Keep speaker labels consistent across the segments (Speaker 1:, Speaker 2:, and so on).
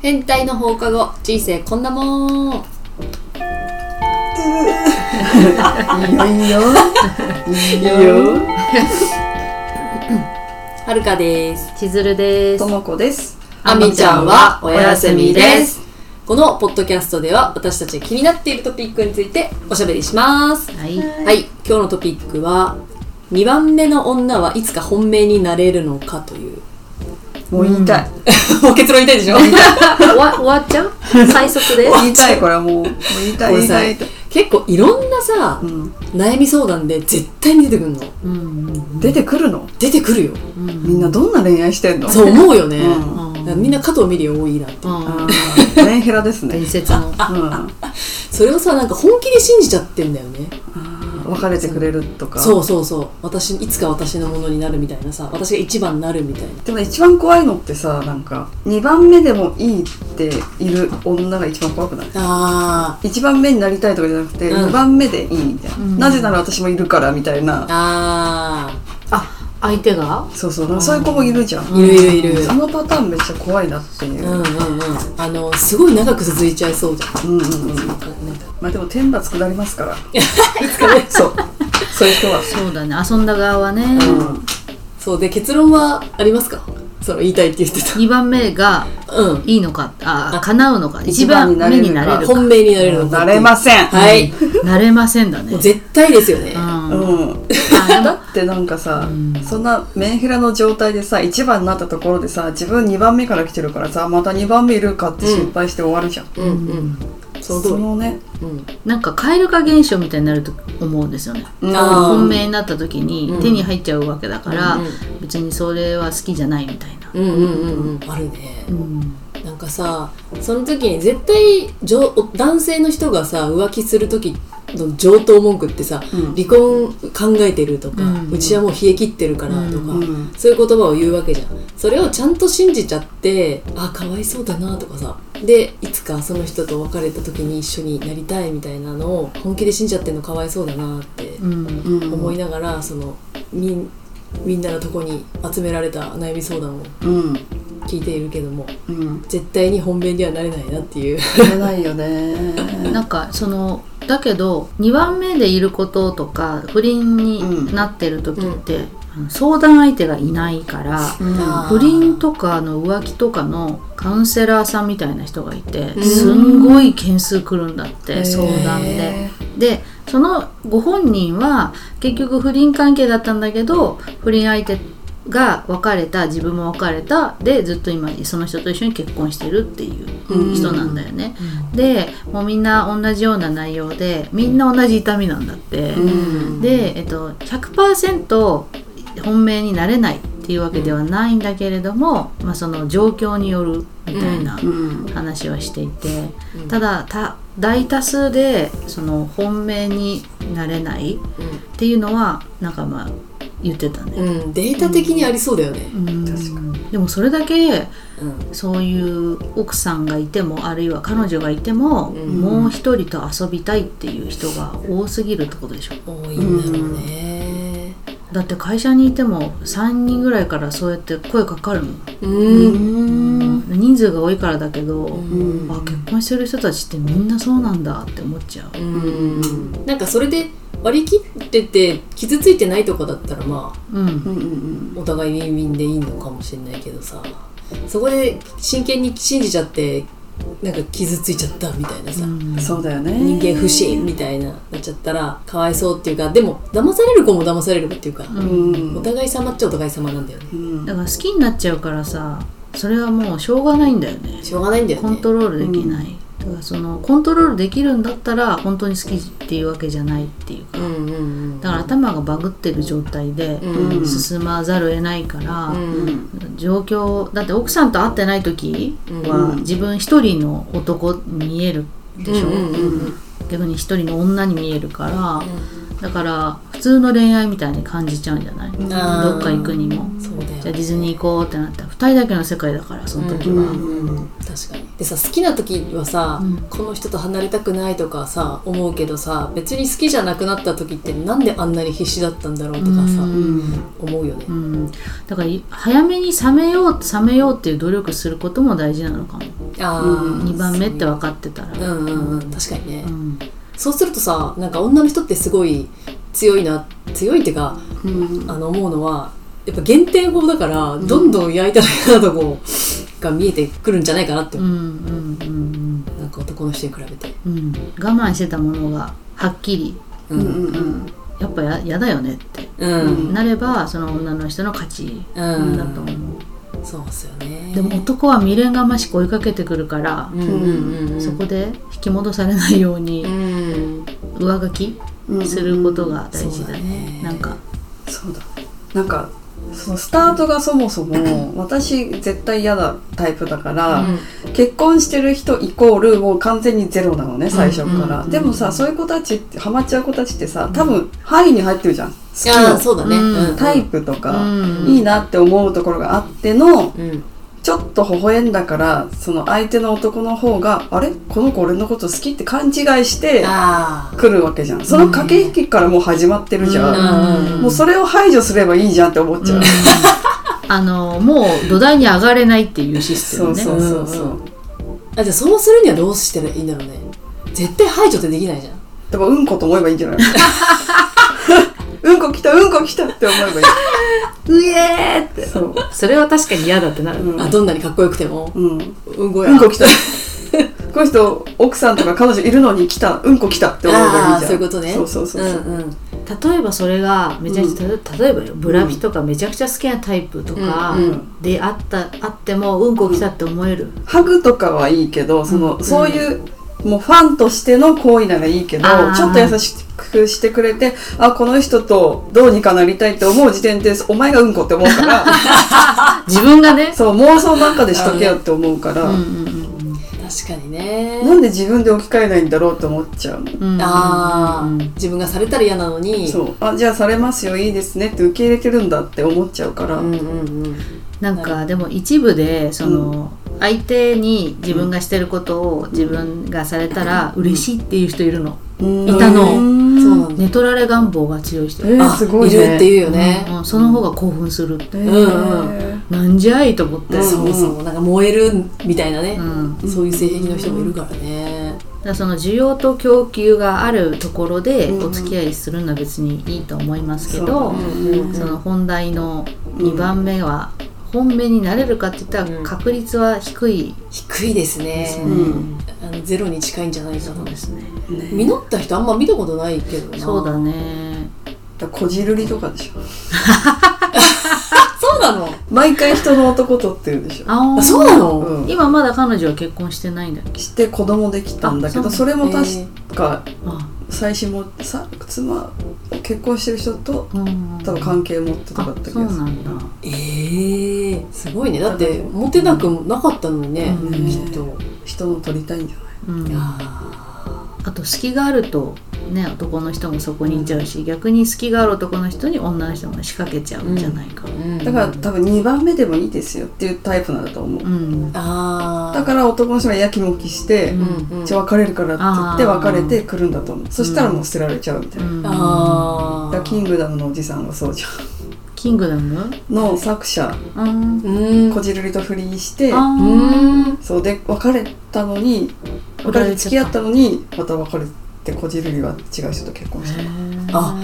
Speaker 1: 変態の放課後人生こんなもん
Speaker 2: いいよいいよいいよ
Speaker 1: はるかです
Speaker 3: 千鶴です
Speaker 2: と。もこです
Speaker 1: あみちゃんはおやすみですこのポッドキャストでは私たちが気になっているトピックについておしゃべりします
Speaker 3: はい。
Speaker 1: はい今日のトピックは2番目の女はいつか本命になれるのかという
Speaker 2: もう言いたい、
Speaker 1: もう結論言いたいでしょ
Speaker 3: 終わ終わっちゃう？最速で。
Speaker 2: 言いたいこれはもうもう言いた
Speaker 1: これ
Speaker 2: い言い
Speaker 1: さ
Speaker 2: たい言い
Speaker 1: 結構いろんなさ
Speaker 2: たい、うん、
Speaker 1: 悩み相談で絶対に出てくるの
Speaker 3: うん
Speaker 2: 出てくるの
Speaker 1: 出てくるよ
Speaker 3: うん。
Speaker 2: みんなどんな恋愛してんの
Speaker 1: そう思うよね、
Speaker 2: うん
Speaker 1: だからみんな加藤ミリオ多いなって
Speaker 3: うん
Speaker 2: あーメンヘラです ね
Speaker 3: 伝説の。
Speaker 2: うんあ
Speaker 1: それをさなんか本気で信じちゃってんだよね
Speaker 2: ー別れてくれるとか
Speaker 1: そうそうそう私いつか私のものになるみたいなさ私が一番になるみたいな
Speaker 2: でも一番怖いのってさなんか2番目でもいいっている女が一番怖くない
Speaker 1: あ
Speaker 2: 1番目になりたいとかじゃなくて、
Speaker 1: うん
Speaker 2: 2番目でいいみたいな、
Speaker 3: うん
Speaker 2: なぜなら私もいるからみたい
Speaker 1: ー
Speaker 2: な
Speaker 1: あ
Speaker 3: あ、相手が？
Speaker 2: そうそうなんかそういう子もいるじゃん、
Speaker 1: ーいるいるいる
Speaker 2: そのパターンめっちゃ怖いなっていうう、
Speaker 1: んうんうんあのすごい長く続いちゃいそうじゃん
Speaker 2: うんうんうん
Speaker 1: なんか
Speaker 2: まあでも天罰下りますからいつかねそうそういう人は
Speaker 3: そうだね。遊んだ側はね。
Speaker 1: そうで結論はありますかその言いたいって言って
Speaker 3: 二番目が
Speaker 1: たうん
Speaker 3: いいのか、あ
Speaker 1: あ、
Speaker 3: 叶うのか、
Speaker 2: 一
Speaker 3: 一番
Speaker 2: 番になれ
Speaker 3: 目
Speaker 2: るのか
Speaker 3: になれる
Speaker 1: 本
Speaker 3: か。
Speaker 1: 命になれる
Speaker 2: う
Speaker 1: の
Speaker 2: ん
Speaker 1: か
Speaker 2: なれません
Speaker 1: はい、
Speaker 3: なれませんだね。
Speaker 1: もう絶対ですよね、
Speaker 3: うん。あ、
Speaker 2: うん、
Speaker 3: で
Speaker 2: だ
Speaker 3: も
Speaker 2: ってなんかさ、
Speaker 3: うん
Speaker 2: そんなメンヘラの状態でさ1番になったところでさ自分2番目から来てるからさまた2番目いるかって心配して終わるじゃん、
Speaker 1: うんうんその通り
Speaker 2: そのね、
Speaker 1: うん
Speaker 3: なんか蛙化現象みたいになると思うんですよね。
Speaker 2: うん
Speaker 1: あー
Speaker 3: 本命になった時に
Speaker 1: うん
Speaker 3: 手に入っちゃうわけだから、
Speaker 1: うんうん
Speaker 3: 別にそれは好きじゃないみたいな。
Speaker 1: うんうんうんうんあるね
Speaker 3: うん
Speaker 1: なんかさその時に絶対上男性の人がさ浮気する時の上等文句ってさ、
Speaker 2: うん
Speaker 1: 離婚考えてるとか、う
Speaker 3: うん
Speaker 1: ちはもう冷え切ってるからとか、
Speaker 2: うん
Speaker 1: そういう言葉を言うわけじゃんそれをちゃんと信じちゃってあかわいそうだなとかさでいつかその人と別れた時に一緒になりたいみたいなのを本気で信じちゃってるのかわいそうだなって
Speaker 3: うん
Speaker 2: うん
Speaker 1: 思いながら、そのみんみんなのとこに集められた悩み相談を
Speaker 2: うん
Speaker 1: 聞いているけども
Speaker 2: うん
Speaker 1: 絶対に本命にはなれないなっていう
Speaker 2: 言えないよね
Speaker 3: なんかそのだけど2番目でいることとか不倫になってる時って、あの相談相手がいないから
Speaker 1: あー
Speaker 3: 不倫とかの浮気とかのカウンセラーさんみたいな人がいて
Speaker 1: ん
Speaker 3: すんごい件数来るんだって相談で。
Speaker 2: へ
Speaker 3: でそのご本人は結局不倫関係だったんだけど不倫相手が別れた自分も別れたでずっと今その人と一緒に結婚してるっていう人なんだよね。でもうみんな同じような内容でみんな同じ痛みなんだって。
Speaker 2: ーうん
Speaker 3: で、えっと、100%本命になれないっていうわけではないんだけれども、まあ、その状況によるみたいな。
Speaker 2: うん
Speaker 3: 話はしていて、
Speaker 1: うん
Speaker 3: ただた大多数でその本命になれないっていうのはなんかまあ言ってたね、
Speaker 1: うん、データ的にありそうだよね。
Speaker 3: うん
Speaker 2: 確か
Speaker 3: でもそれだけ
Speaker 1: うん
Speaker 3: そういう奥さんがいてもあるいは彼女がいても、
Speaker 1: うん
Speaker 3: もう一人と遊びたいっていう人が多すぎるってことでしょ
Speaker 1: 多いんだろうね。
Speaker 3: だって会社にいても3人ぐらいからそうやって声かかるもん、
Speaker 1: うん、
Speaker 3: 人数が多いからだけど、
Speaker 1: ん
Speaker 3: あ結婚してる人たちってみんなそうなんだって思っちゃう
Speaker 1: うん、なんかそれで割り切ってて傷ついてないとかだったらまあ
Speaker 3: うん
Speaker 2: うんうん
Speaker 1: お互いウィンウィンでいいのかもしれないけどさ、そこで真剣に信じちゃってなんか傷ついちゃったみたいなさ。
Speaker 2: うんそうだよね
Speaker 1: 人間不信みたいななっちゃったらかわいそうっていうかでも騙される子も騙される子っていうか、
Speaker 3: う
Speaker 2: うん
Speaker 1: お互い様っちゃお互い様なんだよね
Speaker 2: うん
Speaker 3: だから好きになっちゃうからさそれはもうしょうがないんだよね
Speaker 1: しょうがないんだよね
Speaker 3: コントロールできない、だからそのコントロールできるんだったら本当に好きっていうわけじゃないっていうか、
Speaker 1: うんうんうん
Speaker 3: だから頭がバグってる状態で
Speaker 1: うん
Speaker 3: 進まざるを得ないから、
Speaker 1: うん
Speaker 3: 状況だって奥さんと会ってない時
Speaker 2: う
Speaker 3: は
Speaker 2: ん
Speaker 3: 自分一人の男に見えるでしょ、
Speaker 1: うんうんうん
Speaker 3: 逆に一人の女に見えるから、だから普通の恋愛みたいに感じちゃうんじゃない、
Speaker 2: ん
Speaker 1: あー
Speaker 3: どっか行くにも。
Speaker 1: そうだよね
Speaker 3: じゃあディズニー行こうってなったら2人だけの世界だからその時は、
Speaker 1: うんうんうん確かにでさ好きな時はさ、
Speaker 3: うん
Speaker 1: この人と離れたくないとかさ思うけどさ別に好きじゃなくなった時ってなんであんなに必死だったんだろうとかさ、
Speaker 3: うん
Speaker 1: 思うよね
Speaker 3: う。ん、だからい早めに冷めよう冷めようっていう努力することも大事なのかも
Speaker 1: あ
Speaker 2: うん
Speaker 3: 2番目って
Speaker 1: は
Speaker 3: 分かってたら、
Speaker 1: うんうんうん確かにね、
Speaker 3: うん
Speaker 1: そうするとさなんか女の人ってすごい強いな強いっていうか
Speaker 2: うん
Speaker 1: あの思うのはやっぱ減点法だから、どんどん焼いたら嫌なとこが見えてくるんじゃないかなって
Speaker 3: う
Speaker 1: 思
Speaker 3: ん
Speaker 1: う、
Speaker 3: うんうん
Speaker 1: なんか男の人に比べて
Speaker 3: うんうん我慢してたものがはっきり
Speaker 1: う
Speaker 2: うんうんんうん
Speaker 3: やっぱややだよねって
Speaker 1: うん、うん
Speaker 3: なればその女の人の勝ちだと思う、
Speaker 1: そうっすよね
Speaker 3: でも男は未練がましく追いかけてくるから
Speaker 1: うん、うんうん
Speaker 3: そこで引き戻されないように
Speaker 1: うん
Speaker 3: 上書き
Speaker 2: うん
Speaker 3: することが大事だ
Speaker 1: そうだね
Speaker 3: ね。なんか、
Speaker 2: そうだなんかそのスタートがそもそも私絶対嫌なタイプだから、結婚してる人イコールもう完全にゼロなのね最初から、
Speaker 3: うんうんうん
Speaker 2: でもさそういう子たちってハマっちゃう子たちってさ多分範囲に入ってるじゃん好き
Speaker 1: いやー
Speaker 2: な
Speaker 1: そうだね、
Speaker 3: うん
Speaker 2: タイプとか、
Speaker 3: うん
Speaker 2: いいなって思うところがあっての
Speaker 1: うん
Speaker 2: ちょっと微笑んだからその相手の男の方があれこの子俺のこと好きって勘違いして
Speaker 1: あ
Speaker 2: 来るわけじゃんその駆け引きからもう始まってるじゃ
Speaker 1: う
Speaker 2: ん、
Speaker 1: ん
Speaker 2: もうそれを排除すればいいじゃんって思っちゃう、
Speaker 3: あのもう土台に上がれないっていうシステ
Speaker 2: そ
Speaker 3: ム
Speaker 2: う
Speaker 3: ね。
Speaker 2: そうそうそう、
Speaker 1: うんああじゃあそうするにはどうしたらいいんだろうね絶対排除ってできないじゃん
Speaker 2: でもうんこと思えばいいんじゃない うんこ来たうんこ来たって思えばいい
Speaker 3: うえーっ て。
Speaker 2: そう、
Speaker 3: それは確かに嫌だってなる。
Speaker 2: うん
Speaker 1: あどんなにかっこよくても
Speaker 2: うん、
Speaker 1: うんごや
Speaker 2: うんこ来たこの人奥さんとか彼女いるのに来たうんこ来たって思えばいいじゃん
Speaker 1: ああそういうことね
Speaker 2: そうそうそうそう、
Speaker 1: うんうん
Speaker 3: 例えばそれがめちゃくちゃ、例えばよブラピとかめちゃくちゃ好きなタイプとか
Speaker 1: うんうん
Speaker 3: であったあってもうんこ来たって思える。
Speaker 2: ハグとかはいいけどその、
Speaker 3: うん
Speaker 2: そういうもうファンとしての行為ならいいけど
Speaker 3: あー
Speaker 2: ちょっと優しくしてくれてあこの人とどうにかなりたいって思う時点でお前がうんこって思うから
Speaker 3: 自分がね。
Speaker 2: そう妄想なんかでしとけよって思うから、
Speaker 3: うんうんうん
Speaker 1: 確かにね
Speaker 2: なんで自分で置き換えないんだろうって思っちゃうの
Speaker 3: うん。
Speaker 1: ああ、
Speaker 3: うんうんうん
Speaker 1: 自分がされたら嫌なのに
Speaker 2: そうあじゃあされますよいいですねって受け入れてるんだって思っちゃうから、
Speaker 1: うんうんうん
Speaker 3: なんかでも一部でその相手に自分がしてることを自分がされたら嬉しいっていう人いるの。
Speaker 2: うん
Speaker 3: いたの
Speaker 2: うん
Speaker 1: そうなんだ
Speaker 3: 寝取られ願望が強い人。
Speaker 2: えー
Speaker 1: あ
Speaker 2: すごい、ね、
Speaker 1: るっていうよね、
Speaker 3: うんうんその方が興奮するって、
Speaker 2: えー
Speaker 1: うん
Speaker 3: なんじゃいと思って、
Speaker 2: うん
Speaker 1: そうそうなんか燃えるみたいなね
Speaker 3: う、んだか
Speaker 1: そういう性癖の人もいるからね、
Speaker 3: らその需要と供給があるところで
Speaker 2: うん
Speaker 3: お付き合いするのは別にいいと思いますけど、
Speaker 2: そう
Speaker 1: うん
Speaker 3: その本題の
Speaker 2: うん
Speaker 3: 2番目は本命になれるかって言った
Speaker 1: う
Speaker 3: ら
Speaker 1: ん
Speaker 3: 確率は低い
Speaker 1: 低いですね
Speaker 3: ですね、
Speaker 2: うん
Speaker 1: あのゼロに近いんじゃないか
Speaker 3: そう
Speaker 1: な
Speaker 3: ですね
Speaker 2: ね
Speaker 1: 実った人あんま見たことないけどな
Speaker 3: そうだね
Speaker 2: だからこじるりとかでしょ
Speaker 1: そうなの
Speaker 2: 毎回人の男とってるでしょ、
Speaker 3: あー
Speaker 1: あそうなの、
Speaker 2: うん、
Speaker 3: 今まだ彼女は結婚してないんだっけ
Speaker 2: して子供できたんだけど
Speaker 3: あ
Speaker 2: そ
Speaker 3: そ
Speaker 2: れも確
Speaker 1: え
Speaker 2: か
Speaker 3: あ、
Speaker 2: 最新もさ妻結婚してる人と
Speaker 3: うん、
Speaker 2: 多分関係持ってとかだった
Speaker 3: あ
Speaker 2: 気
Speaker 3: そう
Speaker 2: がする
Speaker 3: なんだ、
Speaker 1: えー、すごいねだってモテなくもなかったのにね、
Speaker 3: うん
Speaker 1: きっと、
Speaker 2: 人の取りたいんじゃない
Speaker 3: うん、
Speaker 1: あ
Speaker 3: あと隙があるとね男の人もそこにいちゃうし、逆に隙がある男の人に女の人も仕掛けちゃうんじゃないか、うん
Speaker 1: ー
Speaker 2: だから多分2番目でもいいですよっていうタイプなんだと思う
Speaker 1: あ
Speaker 2: だ
Speaker 1: ら
Speaker 2: から男の人がやきもきして
Speaker 3: うん
Speaker 2: 「じゃあ別れるから」って言って別れてくるんだと思うそしたらもう捨てられちゃうみたいな、
Speaker 3: うん
Speaker 1: あ
Speaker 2: だから
Speaker 1: ー
Speaker 2: キングダムのおじさんはそうじゃ
Speaker 3: キングダム
Speaker 2: んの作者
Speaker 3: うん
Speaker 1: うん
Speaker 2: こじるりと不倫して
Speaker 3: あ
Speaker 1: う
Speaker 3: ー
Speaker 1: ん
Speaker 2: そうで別れたのに
Speaker 3: 振
Speaker 2: 別
Speaker 3: ら
Speaker 2: れて
Speaker 3: れち
Speaker 2: 付き
Speaker 3: ゃ
Speaker 2: 合
Speaker 3: っ
Speaker 2: ったのにまた別れてこじるりは違う人と結婚した
Speaker 1: あ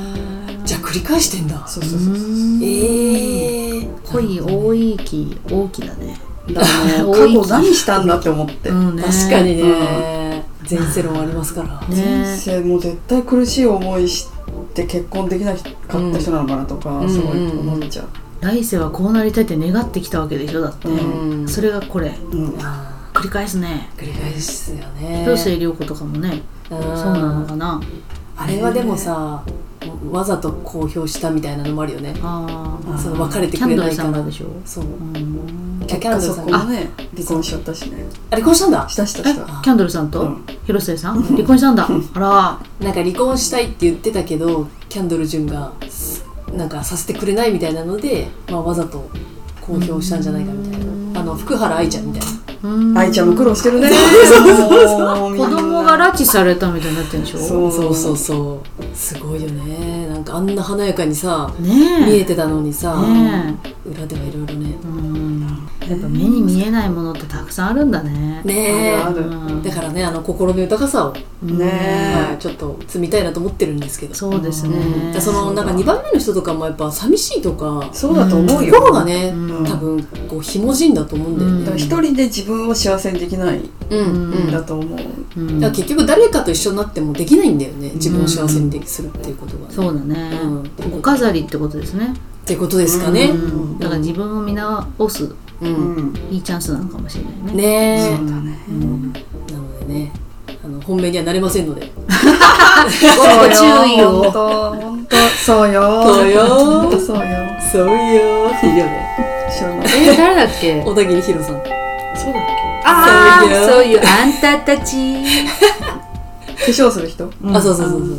Speaker 1: じゃあ繰り返してんだ
Speaker 2: そう
Speaker 3: う
Speaker 2: そうそうそう、
Speaker 3: ん
Speaker 1: ええ
Speaker 3: 恋多いき大きだね
Speaker 2: だからもう過去何したんだって思って、
Speaker 3: うんね
Speaker 1: 確かにね前世論ありますから
Speaker 3: ね
Speaker 2: 人生もう絶対苦しい思いして結婚できなかった人なのかなとか、
Speaker 1: うん
Speaker 2: すごい思っちゃう、
Speaker 3: 来世はこうなりたいって願ってきたわけでしょだって、
Speaker 1: うん
Speaker 3: それがこれ
Speaker 2: うん
Speaker 1: あ
Speaker 3: 繰り返すね
Speaker 1: ー繰り返すよね
Speaker 3: 広末涼子とかもね、
Speaker 1: そう
Speaker 3: そうなのかな
Speaker 1: あれはでもさわざと公表したみたいなのもあるよね
Speaker 3: あー
Speaker 1: その別れて
Speaker 3: キャ
Speaker 1: くれ
Speaker 3: ンド
Speaker 1: な
Speaker 3: ル
Speaker 1: い
Speaker 3: さ
Speaker 1: か
Speaker 3: んが
Speaker 1: ら
Speaker 3: でしょ
Speaker 1: そう
Speaker 3: うん
Speaker 1: キャキャン
Speaker 2: あ
Speaker 1: ドル
Speaker 2: そ
Speaker 1: さん
Speaker 2: こ
Speaker 1: が
Speaker 2: もね離婚しちゃったしね
Speaker 1: あ離婚したんだ
Speaker 2: したした
Speaker 3: え
Speaker 2: した
Speaker 3: キャンドルさんと、
Speaker 2: うん
Speaker 3: 広末さん離婚したんだあら
Speaker 1: なんか離婚したいって言ってたけどキャンドル・ジュンがすなんかさせてくれないみたいなので、まあ、わざと公表したんじゃないかみたいなあの福原愛ちゃんみたいな
Speaker 3: うん
Speaker 2: 愛ちゃんも苦労してるね。
Speaker 3: 子供が拉致されたみたいになってるんでしょ
Speaker 2: そう
Speaker 1: そうそうそうすごいよねなんかあんな華やかにさ見
Speaker 3: ね
Speaker 1: えてたのに
Speaker 3: え
Speaker 1: さ、
Speaker 3: ね
Speaker 1: 裏ではいろいろね
Speaker 3: えうんやっぱ目に見えないものってたくさんあるんだね
Speaker 1: ねえ
Speaker 2: あるある
Speaker 3: うん
Speaker 1: だからねあの心の豊かさを、
Speaker 2: ね
Speaker 1: はいちょっと積みたいなと思ってるんですけど
Speaker 3: そうですね
Speaker 1: うんでそのなんか2番目の人とかもやっぱ寂しいとか
Speaker 2: そうだと思うよ。
Speaker 1: 心がね、
Speaker 3: うん
Speaker 1: 多分こうひもじんだと思うんだよ
Speaker 2: だから
Speaker 1: ね。
Speaker 2: 一人で自分を幸せにできない
Speaker 1: うん
Speaker 2: ん
Speaker 1: だ
Speaker 2: だ
Speaker 1: か
Speaker 2: と思う。
Speaker 3: うん
Speaker 1: ら結局誰かと一緒になってもできないんだよね自分を幸せにできするっていうことが、
Speaker 3: そうだね、
Speaker 1: うん
Speaker 3: お飾りってことですね
Speaker 1: ってことですかね。
Speaker 3: うんだから自分を見直す
Speaker 1: うん
Speaker 2: うん。
Speaker 3: いいチャンスなのかもしれないね
Speaker 1: ね
Speaker 2: そう
Speaker 1: え
Speaker 2: だね。
Speaker 1: なのでねあの本命にはなれませんので。
Speaker 3: ご注意 を
Speaker 2: 本当本当そうよ。
Speaker 1: そうよ
Speaker 2: 本当そうよ。
Speaker 1: そうよーいいよね。
Speaker 2: しょうがない。
Speaker 3: えー誰だっけ
Speaker 1: 小田切ヒロさん。
Speaker 2: そうだっ
Speaker 3: ああ
Speaker 1: そうよ
Speaker 3: そういうあんたたち
Speaker 2: け。化粧する人。
Speaker 1: あそうそうそうそうそう。